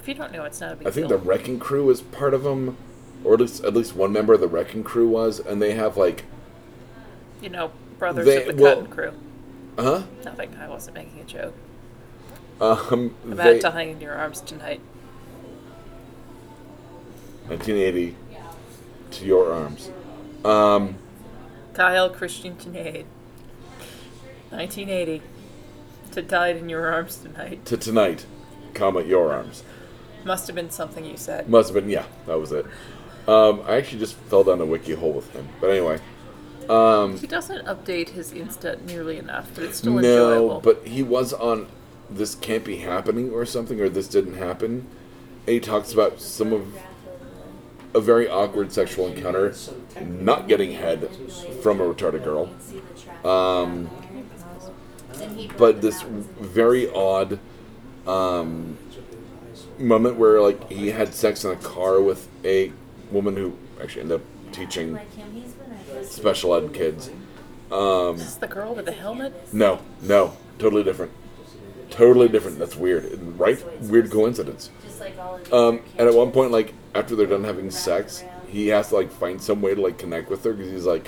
B: If you don't know, it's not a big
A: I think the
B: deal.
A: Wrecking Crew is part of them, or at least at least one member of the Wrecking Crew was, and they have like,
B: you know, Brothers
A: they-
B: of the
A: well-
B: Cotton Crew.
A: huh?
B: Nothing. I wasn't making a joke
A: Um,
B: about
A: they,
B: dying in your arms tonight.
A: 1980 to your arms. Um,
B: Kyle Christian Tenade, 1980, to died in your arms tonight.
A: to tonight, comma your arms.
B: Must have been something you said.
A: Must have been yeah, that was it. Um, I actually just fell down a wiki hole with him, but anyway. Um,
B: He doesn't update his Insta nearly enough, but it's still
A: no,
B: enjoyable.
A: but he was on this can't be happening or something, or this didn't happen. And he talks about some of a very awkward sexual encounter, not getting head from a retarded girl. Um, but this very odd um, moment where like he had sex in a car with a woman who actually ended up teaching special ed kids. Um,
B: Is this the girl with the helmet?
A: no, no, totally different, totally different. That's weird, right? Weird coincidence. Um, and at one point, like after they're done having sex, he has to like find some way to like connect with her because he's like,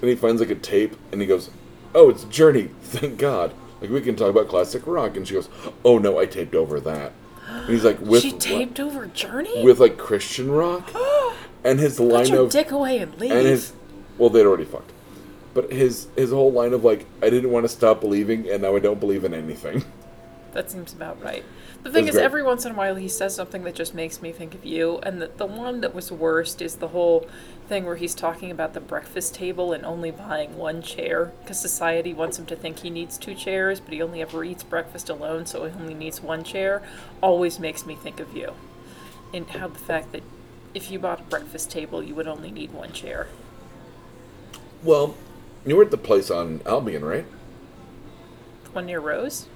A: and he finds like a tape and he goes, "Oh, it's Journey, thank God." Like we can talk about classic rock, and she goes, "Oh no, I taped over that." And he's like, "With
B: she
A: what-
B: taped over Journey?
A: with like Christian rock," and his
B: Put
A: line
B: your
A: of
B: dick away and leave.
A: and his well they'd already fucked but his his whole line of like i didn't want to stop believing and now i don't believe in anything
B: That seems about right. The thing
A: That's
B: is,
A: great.
B: every once in a while he says something that just makes me think of you. And the, the one that was worst is the whole thing where he's talking about the breakfast table and only buying one chair because society wants him to think he needs two chairs, but he only ever eats breakfast alone, so he only needs one chair. Always makes me think of you. And how the fact that if you bought a breakfast table, you would only need one chair.
A: well you were at the place on albion right
B: The one near Rose?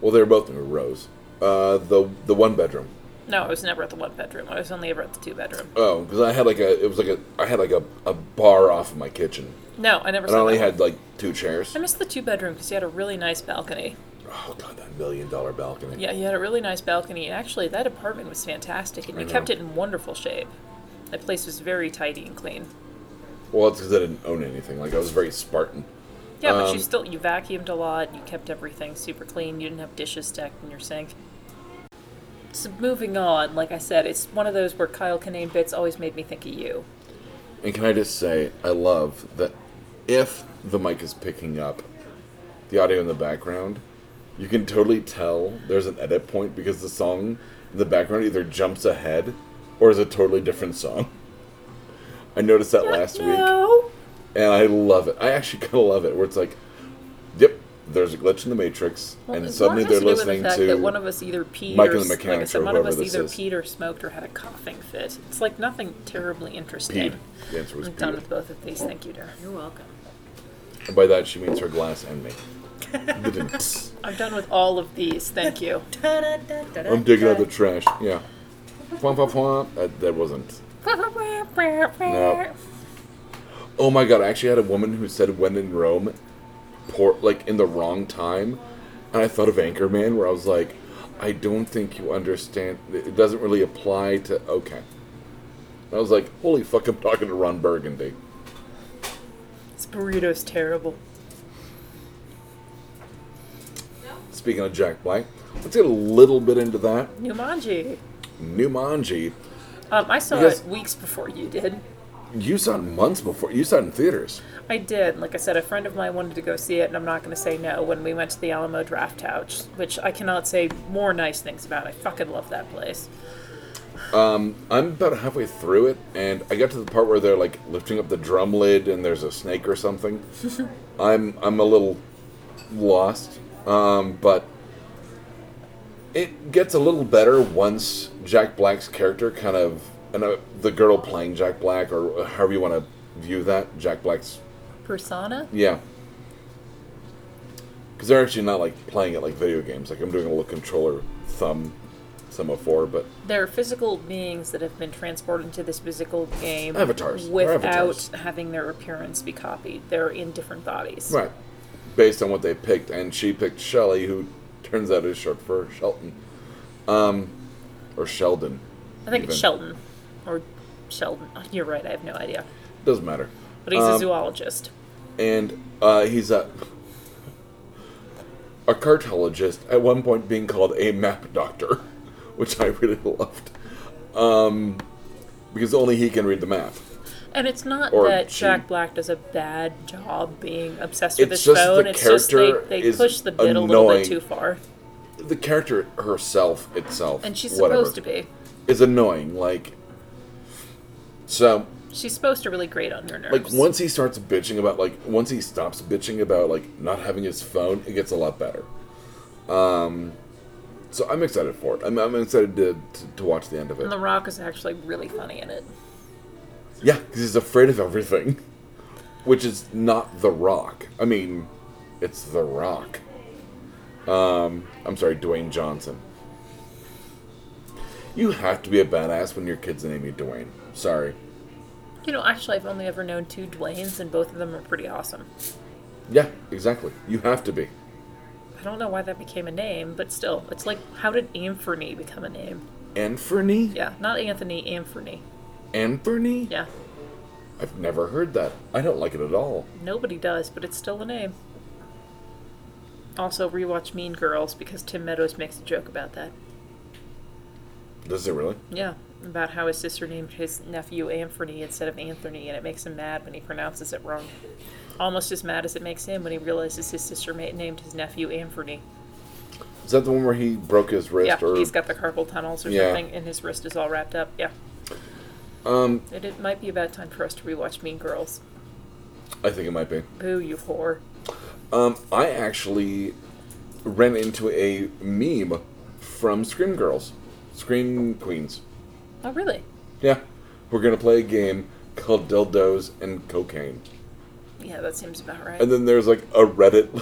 A: well they were both in a rose Uh, the the one bedroom.
B: No, I was never at the one bedroom. I was only ever at the two bedroom.
A: Oh, because I had like a it was like a I had like a, a bar off of my kitchen,
B: No, I never.
A: and I
B: Saw
A: only
B: that one.
A: had like two chairs.
B: I missed the two bedroom because you had a really nice balcony.
A: Oh god, that million dollar balcony.
B: Yeah, you had a really nice balcony. And actually, that apartment was fantastic, and
A: I
B: you kept
A: know.
B: it in wonderful shape. That place was very tidy and clean.
A: Well, it's because I didn't own anything. Like I was very Spartan.
B: Yeah, but
A: Um,
B: you still you vacuumed a lot. You kept everything super clean. You didn't have dishes stacked in your sink. So moving on, like I said, it's one of those where Kyle Kinane bits always made me think of you.
A: And can I just say, I love that if the mic is picking up the audio in the background, you can totally tell there's an edit point because the song in the background either jumps ahead or is a totally different song. I noticed that last week,
B: no.
A: and I love it. I actually kind of love it, where it's like, yep, there's a glitch in the Matrix,
B: Well,
A: and
B: it's
A: suddenly
B: lot
A: they're
B: has to do with
A: listening
B: the fact
A: to.
B: that one of us either peed
A: Mike
B: or,
A: and the
B: like I
A: Mechanics
B: said,
A: or
B: one of
A: whoever
B: us
A: this
B: either
A: is.
B: peed or smoked or had a coughing fit. It's like nothing terribly interesting.
A: Peed. The answer was
B: I'm done
A: peed.
B: with both of these. Thank you, Darren.
A: Oh.
C: You're welcome.
A: And by that, she means her glass and me. Didn't-
B: I'm done with all of these. Thank you.
A: I'm digging out the trash. Yeah. Womp, womp, womp. Uh, That, that wasn't.
B: no.
A: Oh my god, I actually had a woman who said when in Rome, pour, like in the wrong time. And I thought of Anchorman, where I was like, I don't think you understand. It doesn't really apply to. Okay. I was like, holy fuck, I'm talking to Ron Burgundy.
B: This burrito's terrible.
A: Speaking of Jack Black, let's get a little bit into that.
B: Numanji.
A: Numanji,
B: Um, I saw
A: Because-
B: it weeks before you did.
A: you saw it months before. You saw it in theaters.
B: I did. Like I said, a friend of mine wanted to go see it, and I'm not going to say no when we went to the Alamo Draft House, which I cannot say more nice things about. I fucking love that place.
A: I'm about halfway through it, and I got to the part where they're like lifting up the drum lid, and there's a snake or something. I'm I'm a little lost, um, but it gets a little better once Jack Black's character kind of and uh, the girl playing Jack Black, or uh, however you want to view that, Jack Black's
B: Persona?
A: yeah. Because they're actually not like playing it like video games. Like I'm doing a little controller thumb semaphore, but
B: They're physical beings that have been transported into this physical game
A: Avatars. They're
B: without
A: avatars.
B: having their appearance be copied. They're in different bodies.
A: Right. Based on what they picked, and she picked Shelley, who turns out is short for Shelton. Um, or Sheldon.
B: I think it's
A: Even.
B: Shelton. Or Sheldon. You're right, I have no idea.
A: Doesn't matter.
B: But he's
A: Um,
B: a zoologist.
A: And uh, he's a a cartologist. At one point, being called a map doctor, which I really loved, um, because only he can read the map.
B: And it's not
A: Or
B: that
A: she-
B: Jack Black does a bad job being obsessed with
A: It's
B: his
A: just
B: phone.
A: the
B: it's just they,
A: character
B: they
A: is
B: push the bit a little
A: annoying.
B: bit too far.
A: The character herself itself,
B: And she's
A: whatever,
B: supposed to be.
A: is annoying. Like, so
B: She's supposed to really grate on your nerves.
A: like once he starts bitching about like once he stops bitching about like not having his phone it gets a lot better um so i'm excited for it i'm, I'm excited to, to, to watch the end of
B: and The
A: it
B: Rock is actually really funny in it.
A: yeah because he's afraid of everything which is not the rock i mean it's the rock um i'm sorry dwayne johnson you have to be a badass when your kids name you dwayne sorry
B: You know, actually, I've only ever known two Dwaynes, and both of them are pretty awesome.
A: yeah exactly you have to be
B: I don't know why that became a name, but still, it's like, how did Anthony become a name?
A: Anferny?
B: Yeah, not Anthony, Anthony.
A: Anferny?
B: Yeah,
A: I've never heard that. I don't like it at all.
B: nobody does, but it's still a name. Also, rewatch Mean Girls because Tim Meadows makes a joke about that.
A: Does it really?
B: Yeah, about how his sister named his nephew Anthony instead of Anthony, and it makes him mad when he pronounces it wrong. Almost as mad as it makes him when he realizes his sister ma- named his nephew Anthony.
A: Is that the one where he broke his wrist?
B: Yeah,
A: or
B: he's got the carpal tunnels or
A: Yeah.
B: something, and his wrist is all wrapped up. Yeah.
A: Um,
B: It, it might be about time for us to rewatch Mean Girls.
A: I think it might be.
B: Boo, you whore.
A: Um, I actually ran into a meme from Scream Girls, Scream Queens.
B: Oh, really?
A: Yeah, we're gonna play a game called dildos and cocaine.
B: Yeah, that seems about right.
A: And then there's like a Reddit,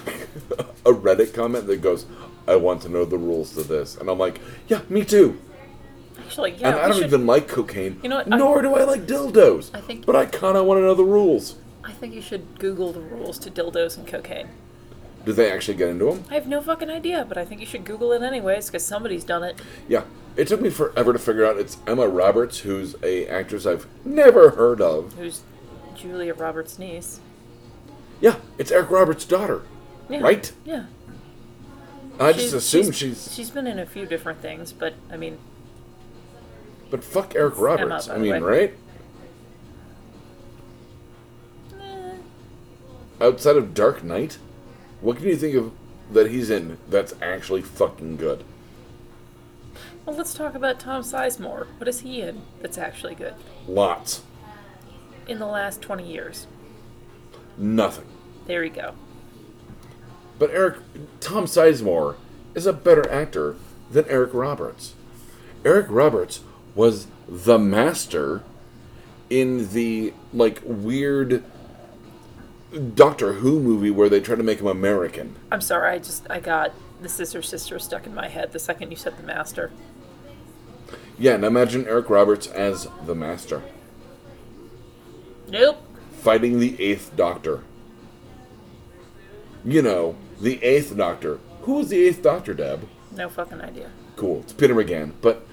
A: a Reddit comment that goes, I want to know the rules to this. And I'm like, yeah, me too.
B: Actually, yeah.
A: and I
B: we
A: don't
B: should,
A: even like cocaine.
B: You know what, I-
A: Nor do I like dildos.
B: I think-
A: But I kind of want to know the rules.
B: I think you should Google the rules to dildos and cocaine.
A: Do they actually get into them?
B: I have no fucking idea, but I think you should Google it anyways because somebody's done it.
A: Yeah. It took me forever to figure out. It's Emma Roberts, who's a actress I've never heard of.
B: Who's Julia Roberts' niece?
A: Yeah, it's Eric Roberts' daughter.
B: Yeah.
A: Right?
B: Yeah.
A: I
B: She's-
A: just assumed she's,
B: she's- she's been in a few different things, but I mean,
A: But fuck Eric Roberts.
B: by
A: I
B: the
A: mean,
B: way.
A: right?
B: eh,
A: Outside of Dark Knight, what can you think of that he's in that's actually fucking good?
B: well, let's talk about Tom Sizemore. What is he in that's actually good
A: Lots.
B: in the last 20 years?
A: Nothing.
B: There you go.
A: But Eric Tom Sizemore is a better actor than Eric Roberts. Eric Roberts was the master in the like weird Doctor Who movie where they try to make him American.
B: I'm sorry, I just I got the sister sister stuck in my head the second you said the master.
A: Yeah, and imagine Eric Roberts as the master
B: Nope.
A: fighting the Eighth Doctor. You know, the Eighth Doctor. Who was the Eighth Doctor, Deb?
B: No fucking idea.
A: cool. It's Peter McGann. But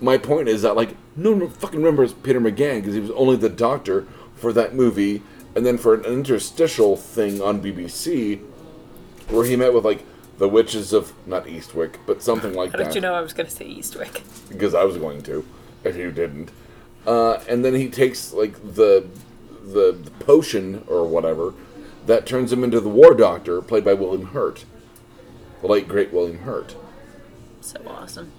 A: my point is that like no one fucking remembers Peter McGann because he was only the doctor for that movie, and then for an interstitial thing on BBC where he met with like the witches of not Eastwick, but something like
B: How
A: that.
B: did you know I was going to say Eastwick?
A: Because I was going to, if you didn't. Uh, and then he takes like the, the the potion or whatever that turns him into the War Doctor, played by William Hurt, the late great William Hurt.
B: So awesome.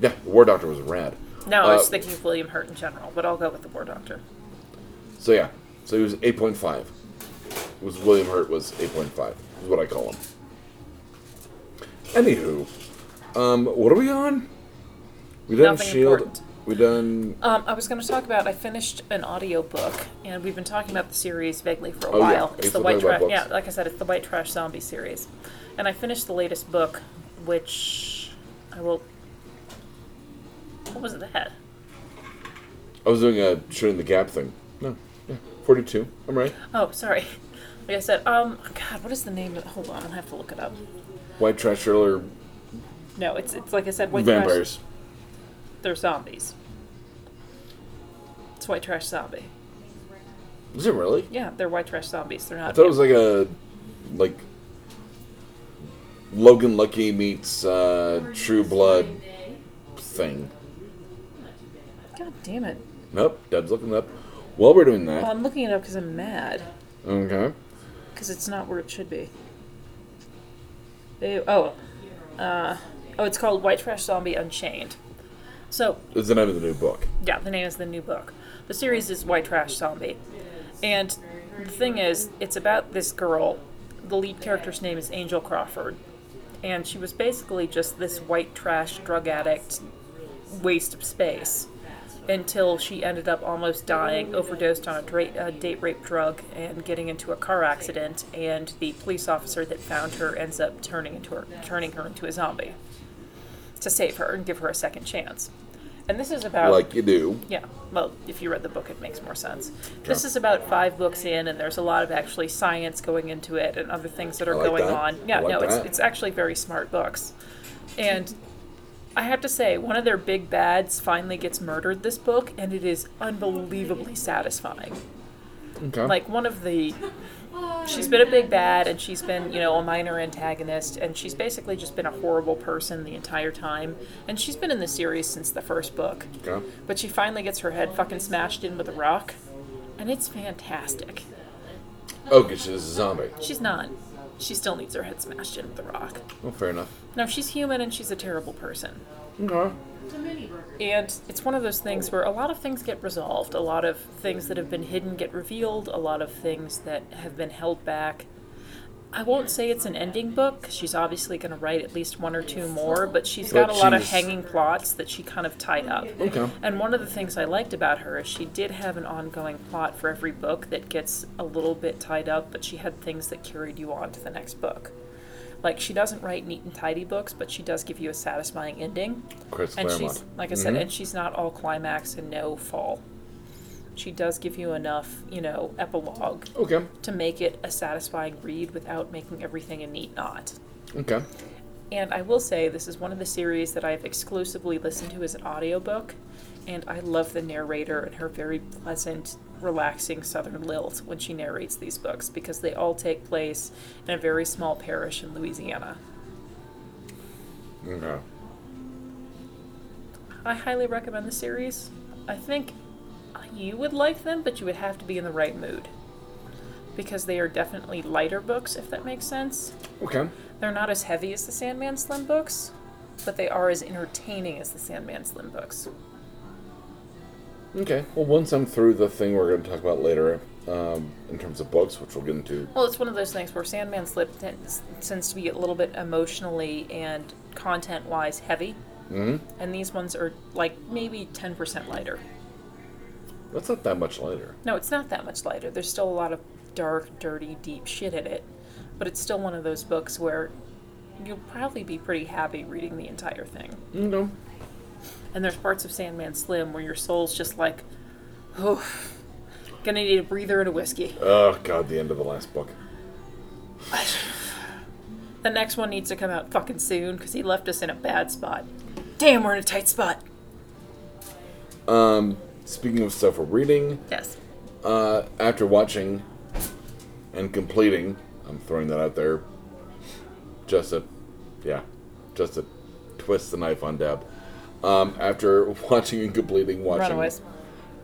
A: Yeah, the War Doctor was rad.
B: No, I was
A: Uh,
B: thinking of William Hurt in general, but I'll go with the War Doctor.
A: So yeah, so he was eight point five. Was William Hurt was eight point five? Is what I call him. Anywho, um, what are we on? We done
B: Nothing
A: Shield.
B: important.
A: We done.
B: Um, I was going to talk about. I finished an audiobook, and we've been talking about the series vaguely for a
A: Oh, yeah.
B: while.
A: I
B: It's
A: used
B: the
A: to
B: white
A: talk about
B: trash.
A: books.
B: Yeah, like I said, it's the white trash zombie series, and I finished the latest book, which I will. What was that?
A: I was doing a shooting the gap thing. No, yeah, forty-two. I'm right.
B: Oh, sorry. Like I said, um, God, what is the name? of Hold on, I'll have to look it up.
A: White trash thriller
B: No, it's it's like I said, white
A: vampires.
B: trash. They're zombies. It's white trash zombie.
A: Is it really?
B: Yeah, they're white trash zombies. They're not.
A: I thought it was like a like Logan Lucky meets uh, True Blood thing.
B: God damn it!
A: Nope, Deb's looking it up. While we're doing
B: Well,
A: that,
B: I'm looking it up because I'm mad.
A: okay.
B: Because it's not where it should be. They, oh, uh, oh, it's called White Trash Zombie Unchained. So
A: It's the name of the new book.
B: yeah, the name is the new book. The series is White Trash Zombie, and the thing is, it's about this girl. The lead character's name is Angel Crawford, and she was basically just this white trash drug addict waste of space until she ended up almost dying, overdosed on a, dra- a date rape drug, and getting into a car accident. And the police officer that found her ends up turning into her, turning her into a zombie to save her and give her a second chance. And this is about
A: Like you do.
B: yeah. Well, if you read the book, it makes more sense. This is about five books in, and there's a lot of actually science going into it and other things that are
A: like
B: going
A: that.
B: on. Yeah,
A: I like
B: no, it's,
A: that.
B: it's actually very smart books. And I have to say, one of their big bads finally gets murdered this book, and it is unbelievably satisfying
A: Okay.
B: like one of the she's been a big bad and she's been you know a minor antagonist and she's basically just been a horrible person the entire time and she's been in the series since the first book
A: Okay.
B: but she finally gets her head fucking smashed in with a rock and it's fantastic
A: Oh, 'cause she's a zombie.
B: she's not she still needs her head smashed in with a rock
A: Well, fair enough.
B: now she's human and she's a terrible person
A: Okay.
B: And it's one of those things where a lot of things get resolved. A lot of things that have been hidden get revealed. A lot of things that have been held back. I won't say it's an ending book. 'cause She's obviously going to write at least one or two more, but she's got
A: But
B: a lot of
A: she's-
B: hanging plots that she kind of tied up.
A: Okay.
B: And one of the things I liked about her is she did have an ongoing plot for every book that gets a little bit tied up, but she had things that carried you on to the next book. Like she doesn't write neat and tidy books, but she does give you a satisfying ending.
A: Chris
B: And
A: Claremont.
B: she's like I said,
A: Mm-hmm.
B: and she's not all climax and no fall. She does give you enough, you know, epilogue
A: okay.
B: to make it a satisfying read without making everything a neat knot.
A: Okay.
B: And I will say this is one of the series that I've exclusively listened to as an audiobook, and I love the narrator and her very pleasant, relaxing southern lilt when she narrates these books because they all take place in a very small parish in Louisiana.
A: Okay.
B: I highly recommend the series. I think you would like them, but you would have to be in the right mood. Because they are definitely lighter books, if that makes sense.
A: Okay.
B: They're not as heavy as the Sandman Slim books, but they are as entertaining as the Sandman Slim books.
A: Okay. Well, once I'm through the thing we're going to talk about later, um, in terms of books, which we'll get into.
B: Well, it's one of those things where Sandman Slim tends, tends to be a little bit emotionally and content wise heavy. Mm-hmm. And these ones are like maybe 10% lighter.
A: That's not that much later.
B: No, it's not that much lighter. There's still a lot of dark, dirty, deep shit in it. But it's still one of those books where you'll probably be pretty happy reading the entire thing.
A: No.
B: And there's parts of Sandman Slim where your soul's just like, oh, gonna need a breather and a whiskey.
A: Oh God, the end of the last book.
B: The next one needs to come out fucking soon because he left us in a bad spot. Damn, we're in a tight spot.
A: Speaking of stuff we're reading,
B: Yes.
A: uh, after watching and completing, I'm throwing that out there. Just a, yeah, just a twist the knife on Deb. Um, after watching and completing watching
B: Runaways.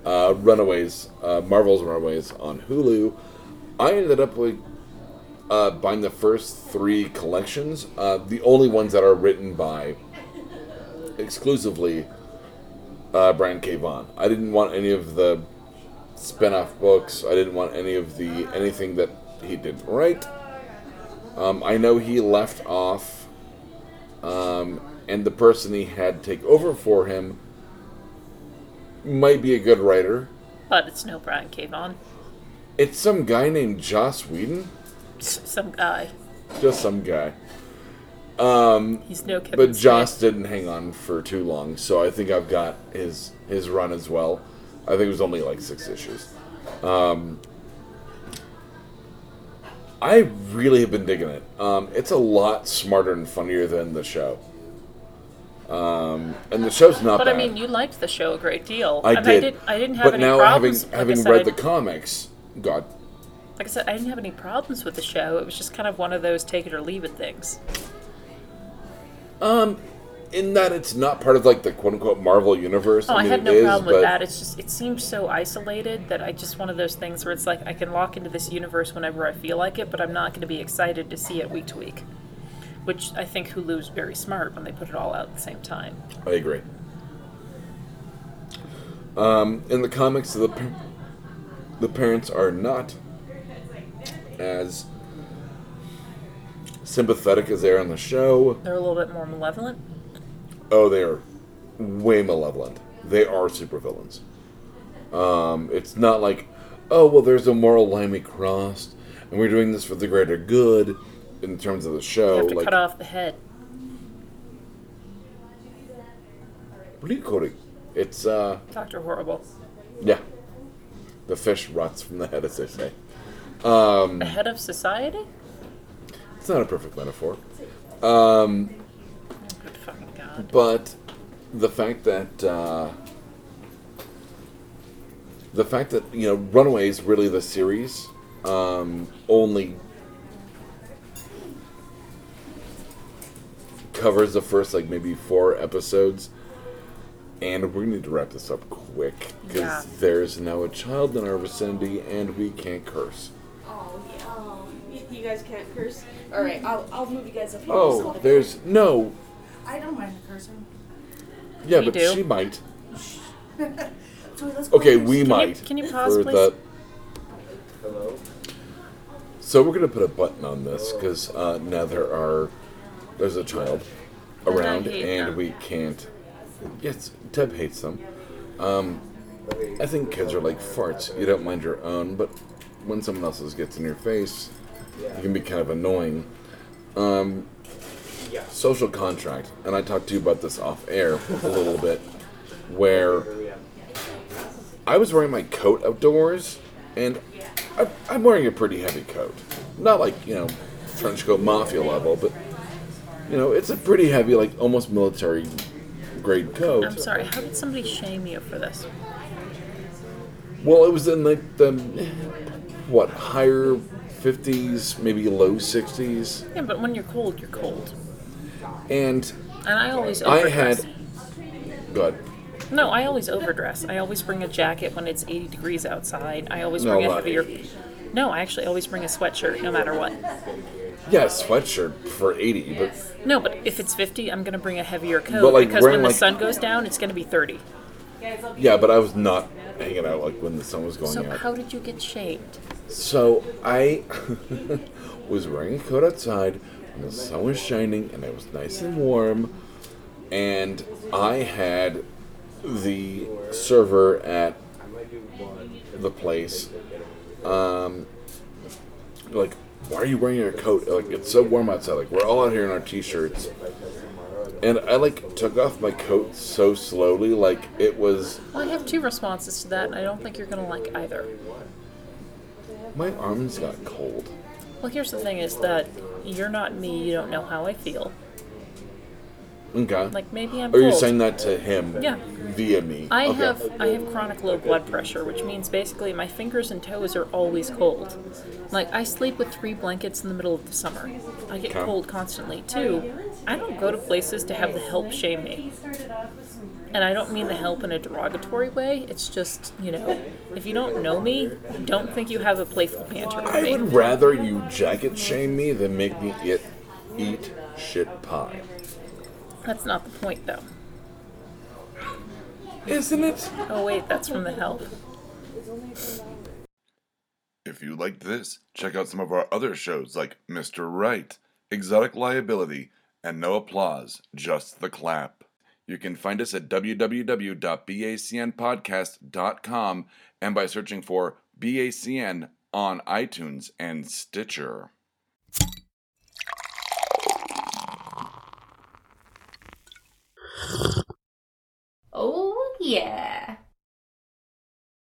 A: uh, Runaways, uh, Marvel's Runaways on Hulu. I ended up like uh, buying the first three collections, uh, the only ones that are written by exclusively uh, Brian K. Vaughan. I didn't want any of the spin-off books. I didn't want any of the anything that he did write. Um, I know he left off, um, and the person he had take over for him might be a good writer.
B: But it's no Brian K. Vaughan.
A: It's some guy named Joss Whedon.
B: Some guy.
A: Just some guy.
B: He's no Kevin
A: But
B: Smith.
A: Joss didn't hang on for too long, so I think I've got his his run as well. I think it was only like six issues. Um, I really have been digging it. Um, it's a lot smarter and funnier than the show. Um, and the show's not
B: But
A: bad.
B: I mean, you liked the show a great deal.
A: I
B: and
A: did.
B: I, did, I didn't have
A: but
B: any
A: now
B: problems.
A: having
B: like
A: having
B: I said,
A: read the comics, God,
B: like I said, I didn't have any problems with the show. It was just kind of one of those take it or leave it things.
A: in that it's not part of like the quote unquote Marvel universe.
B: Oh, I
A: mean,
B: had
A: it
B: no
A: is,
B: problem
A: but-
B: with that. It's just it seemed so isolated that I just one of those things where it's like I can lock into this universe whenever I feel like it, but I'm not going to be excited to see it week to week. Which I think Hulu is very smart when they put it all out at the same time.
A: I agree. Um, in the comics, the par- the parents are not as sympathetic as they are on the show.
B: They're a little bit more malevolent.
A: Oh, they are way malevolent. They are supervillains. Um, it's not like, oh well, there's a moral line we crossed, and we're doing this for the greater good. In terms of the
B: You
A: show,
B: have to
A: like
B: cut off the head.
A: what do you call it? It's uh,
B: Doctor Horrible.
A: yeah, the fish rots from the head, as they say. Hmm.
B: The head of society?
A: It's not a perfect metaphor,
B: Oh, good fucking god.
A: but the fact that uh, the fact that you know Runaways really the series um, only covers the first like maybe four episodes, and we need to wrap this up quick because
B: Yeah.
A: there's now a child in our vicinity and we can't curse.
D: Oh, yeah. Oh, you, you guys can't curse. All right, I'll, I'll move you guys up here. Just
A: Oh,
D: let it-
A: there's no.
D: I don't mind the cursing.
A: Yeah,
B: We
A: but
B: do.
A: she might.
D: So let's go
A: Okay,
D: first.
A: we
B: Can you,
A: might.
B: can you pause,
A: for
B: please?
A: the- So we're gonna put a button on this because uh, now there are there's a child around
B: hate
A: and
B: them.
A: we can't. Yes, Deb hates them. Um, I think kids are like farts. You don't mind your own, but when someone else's gets in your face, it can be kind of annoying.
E: Yeah.
A: social contract, and I talked to you about this off air a little bit, where
E: Yeah.
A: I was wearing my coat outdoors, and I, I'm wearing a pretty heavy coat. Not like, you know, trench coat mafia level, but, you know, it's a pretty heavy, like almost military grade coat.
B: I'm sorry. How did somebody shame you for this?
A: Well, it was in like the, what, higher 50s, maybe low 60s,
B: Yeah, but when you're cold, you're cold.
A: and
B: And I always
A: I
B: overdress.
A: had. God.
B: No, I always overdress. I always bring a jacket when it's 80 degrees outside. I always
A: No,
B: bring a
A: not
B: heavier. No, I actually always bring a sweatshirt no matter what.
A: Yeah, a sweatshirt for 80, but
B: No, but if it's 50, I'm going to bring a heavier coat
A: But, like,
B: because when
A: wearing,
B: the
A: like-
B: sun goes down, it's going to be 30.
A: yeah, but I was not hanging out like when the sun was going
B: So
A: out.
B: how did you get shamed?
A: So I was wearing a coat outside, and the sun was shining, and it was nice and warm. And I had the server at
E: I might do one.
A: the place, um, like, why are you wearing your coat? Like, it's so warm outside. Like, we're all out here in our t-shirts. And I like took off my coat so slowly, like it was
B: Well, I have two responses to that, and I don't think you're going to like either.
A: my arms got cold.
B: Well, here's the thing is that you're not me. You don't know how I feel.
A: Okay.
B: Like maybe I'm
A: Are you
B: cold.
A: saying that to him?
B: Yeah.
A: Via me.
B: I
A: Okay.
B: have I have chronic low blood pressure, which means basically my fingers and toes are always cold. Like I sleep with three blankets in the middle of the summer. I get
A: Okay.
B: cold constantly too. I don't go to places to have the help shame me. And I don't mean the help in a derogatory way. It's just, you know, if you don't know me, don't think you have a playful banter
A: I
B: with me.
A: would rather you jacket shame me than make me it, eat shit pie.
B: That's not the point though.
A: Isn't it?
B: Oh wait, that's from the help.
F: If you liked this, check out some of our other shows like Mr. Right, Exotic Liability, and No Applause, Just the Clap. You can find us at www.bacnpodcast.com and by searching for BACN on iTunes and Stitcher.
G: Oh, yeah.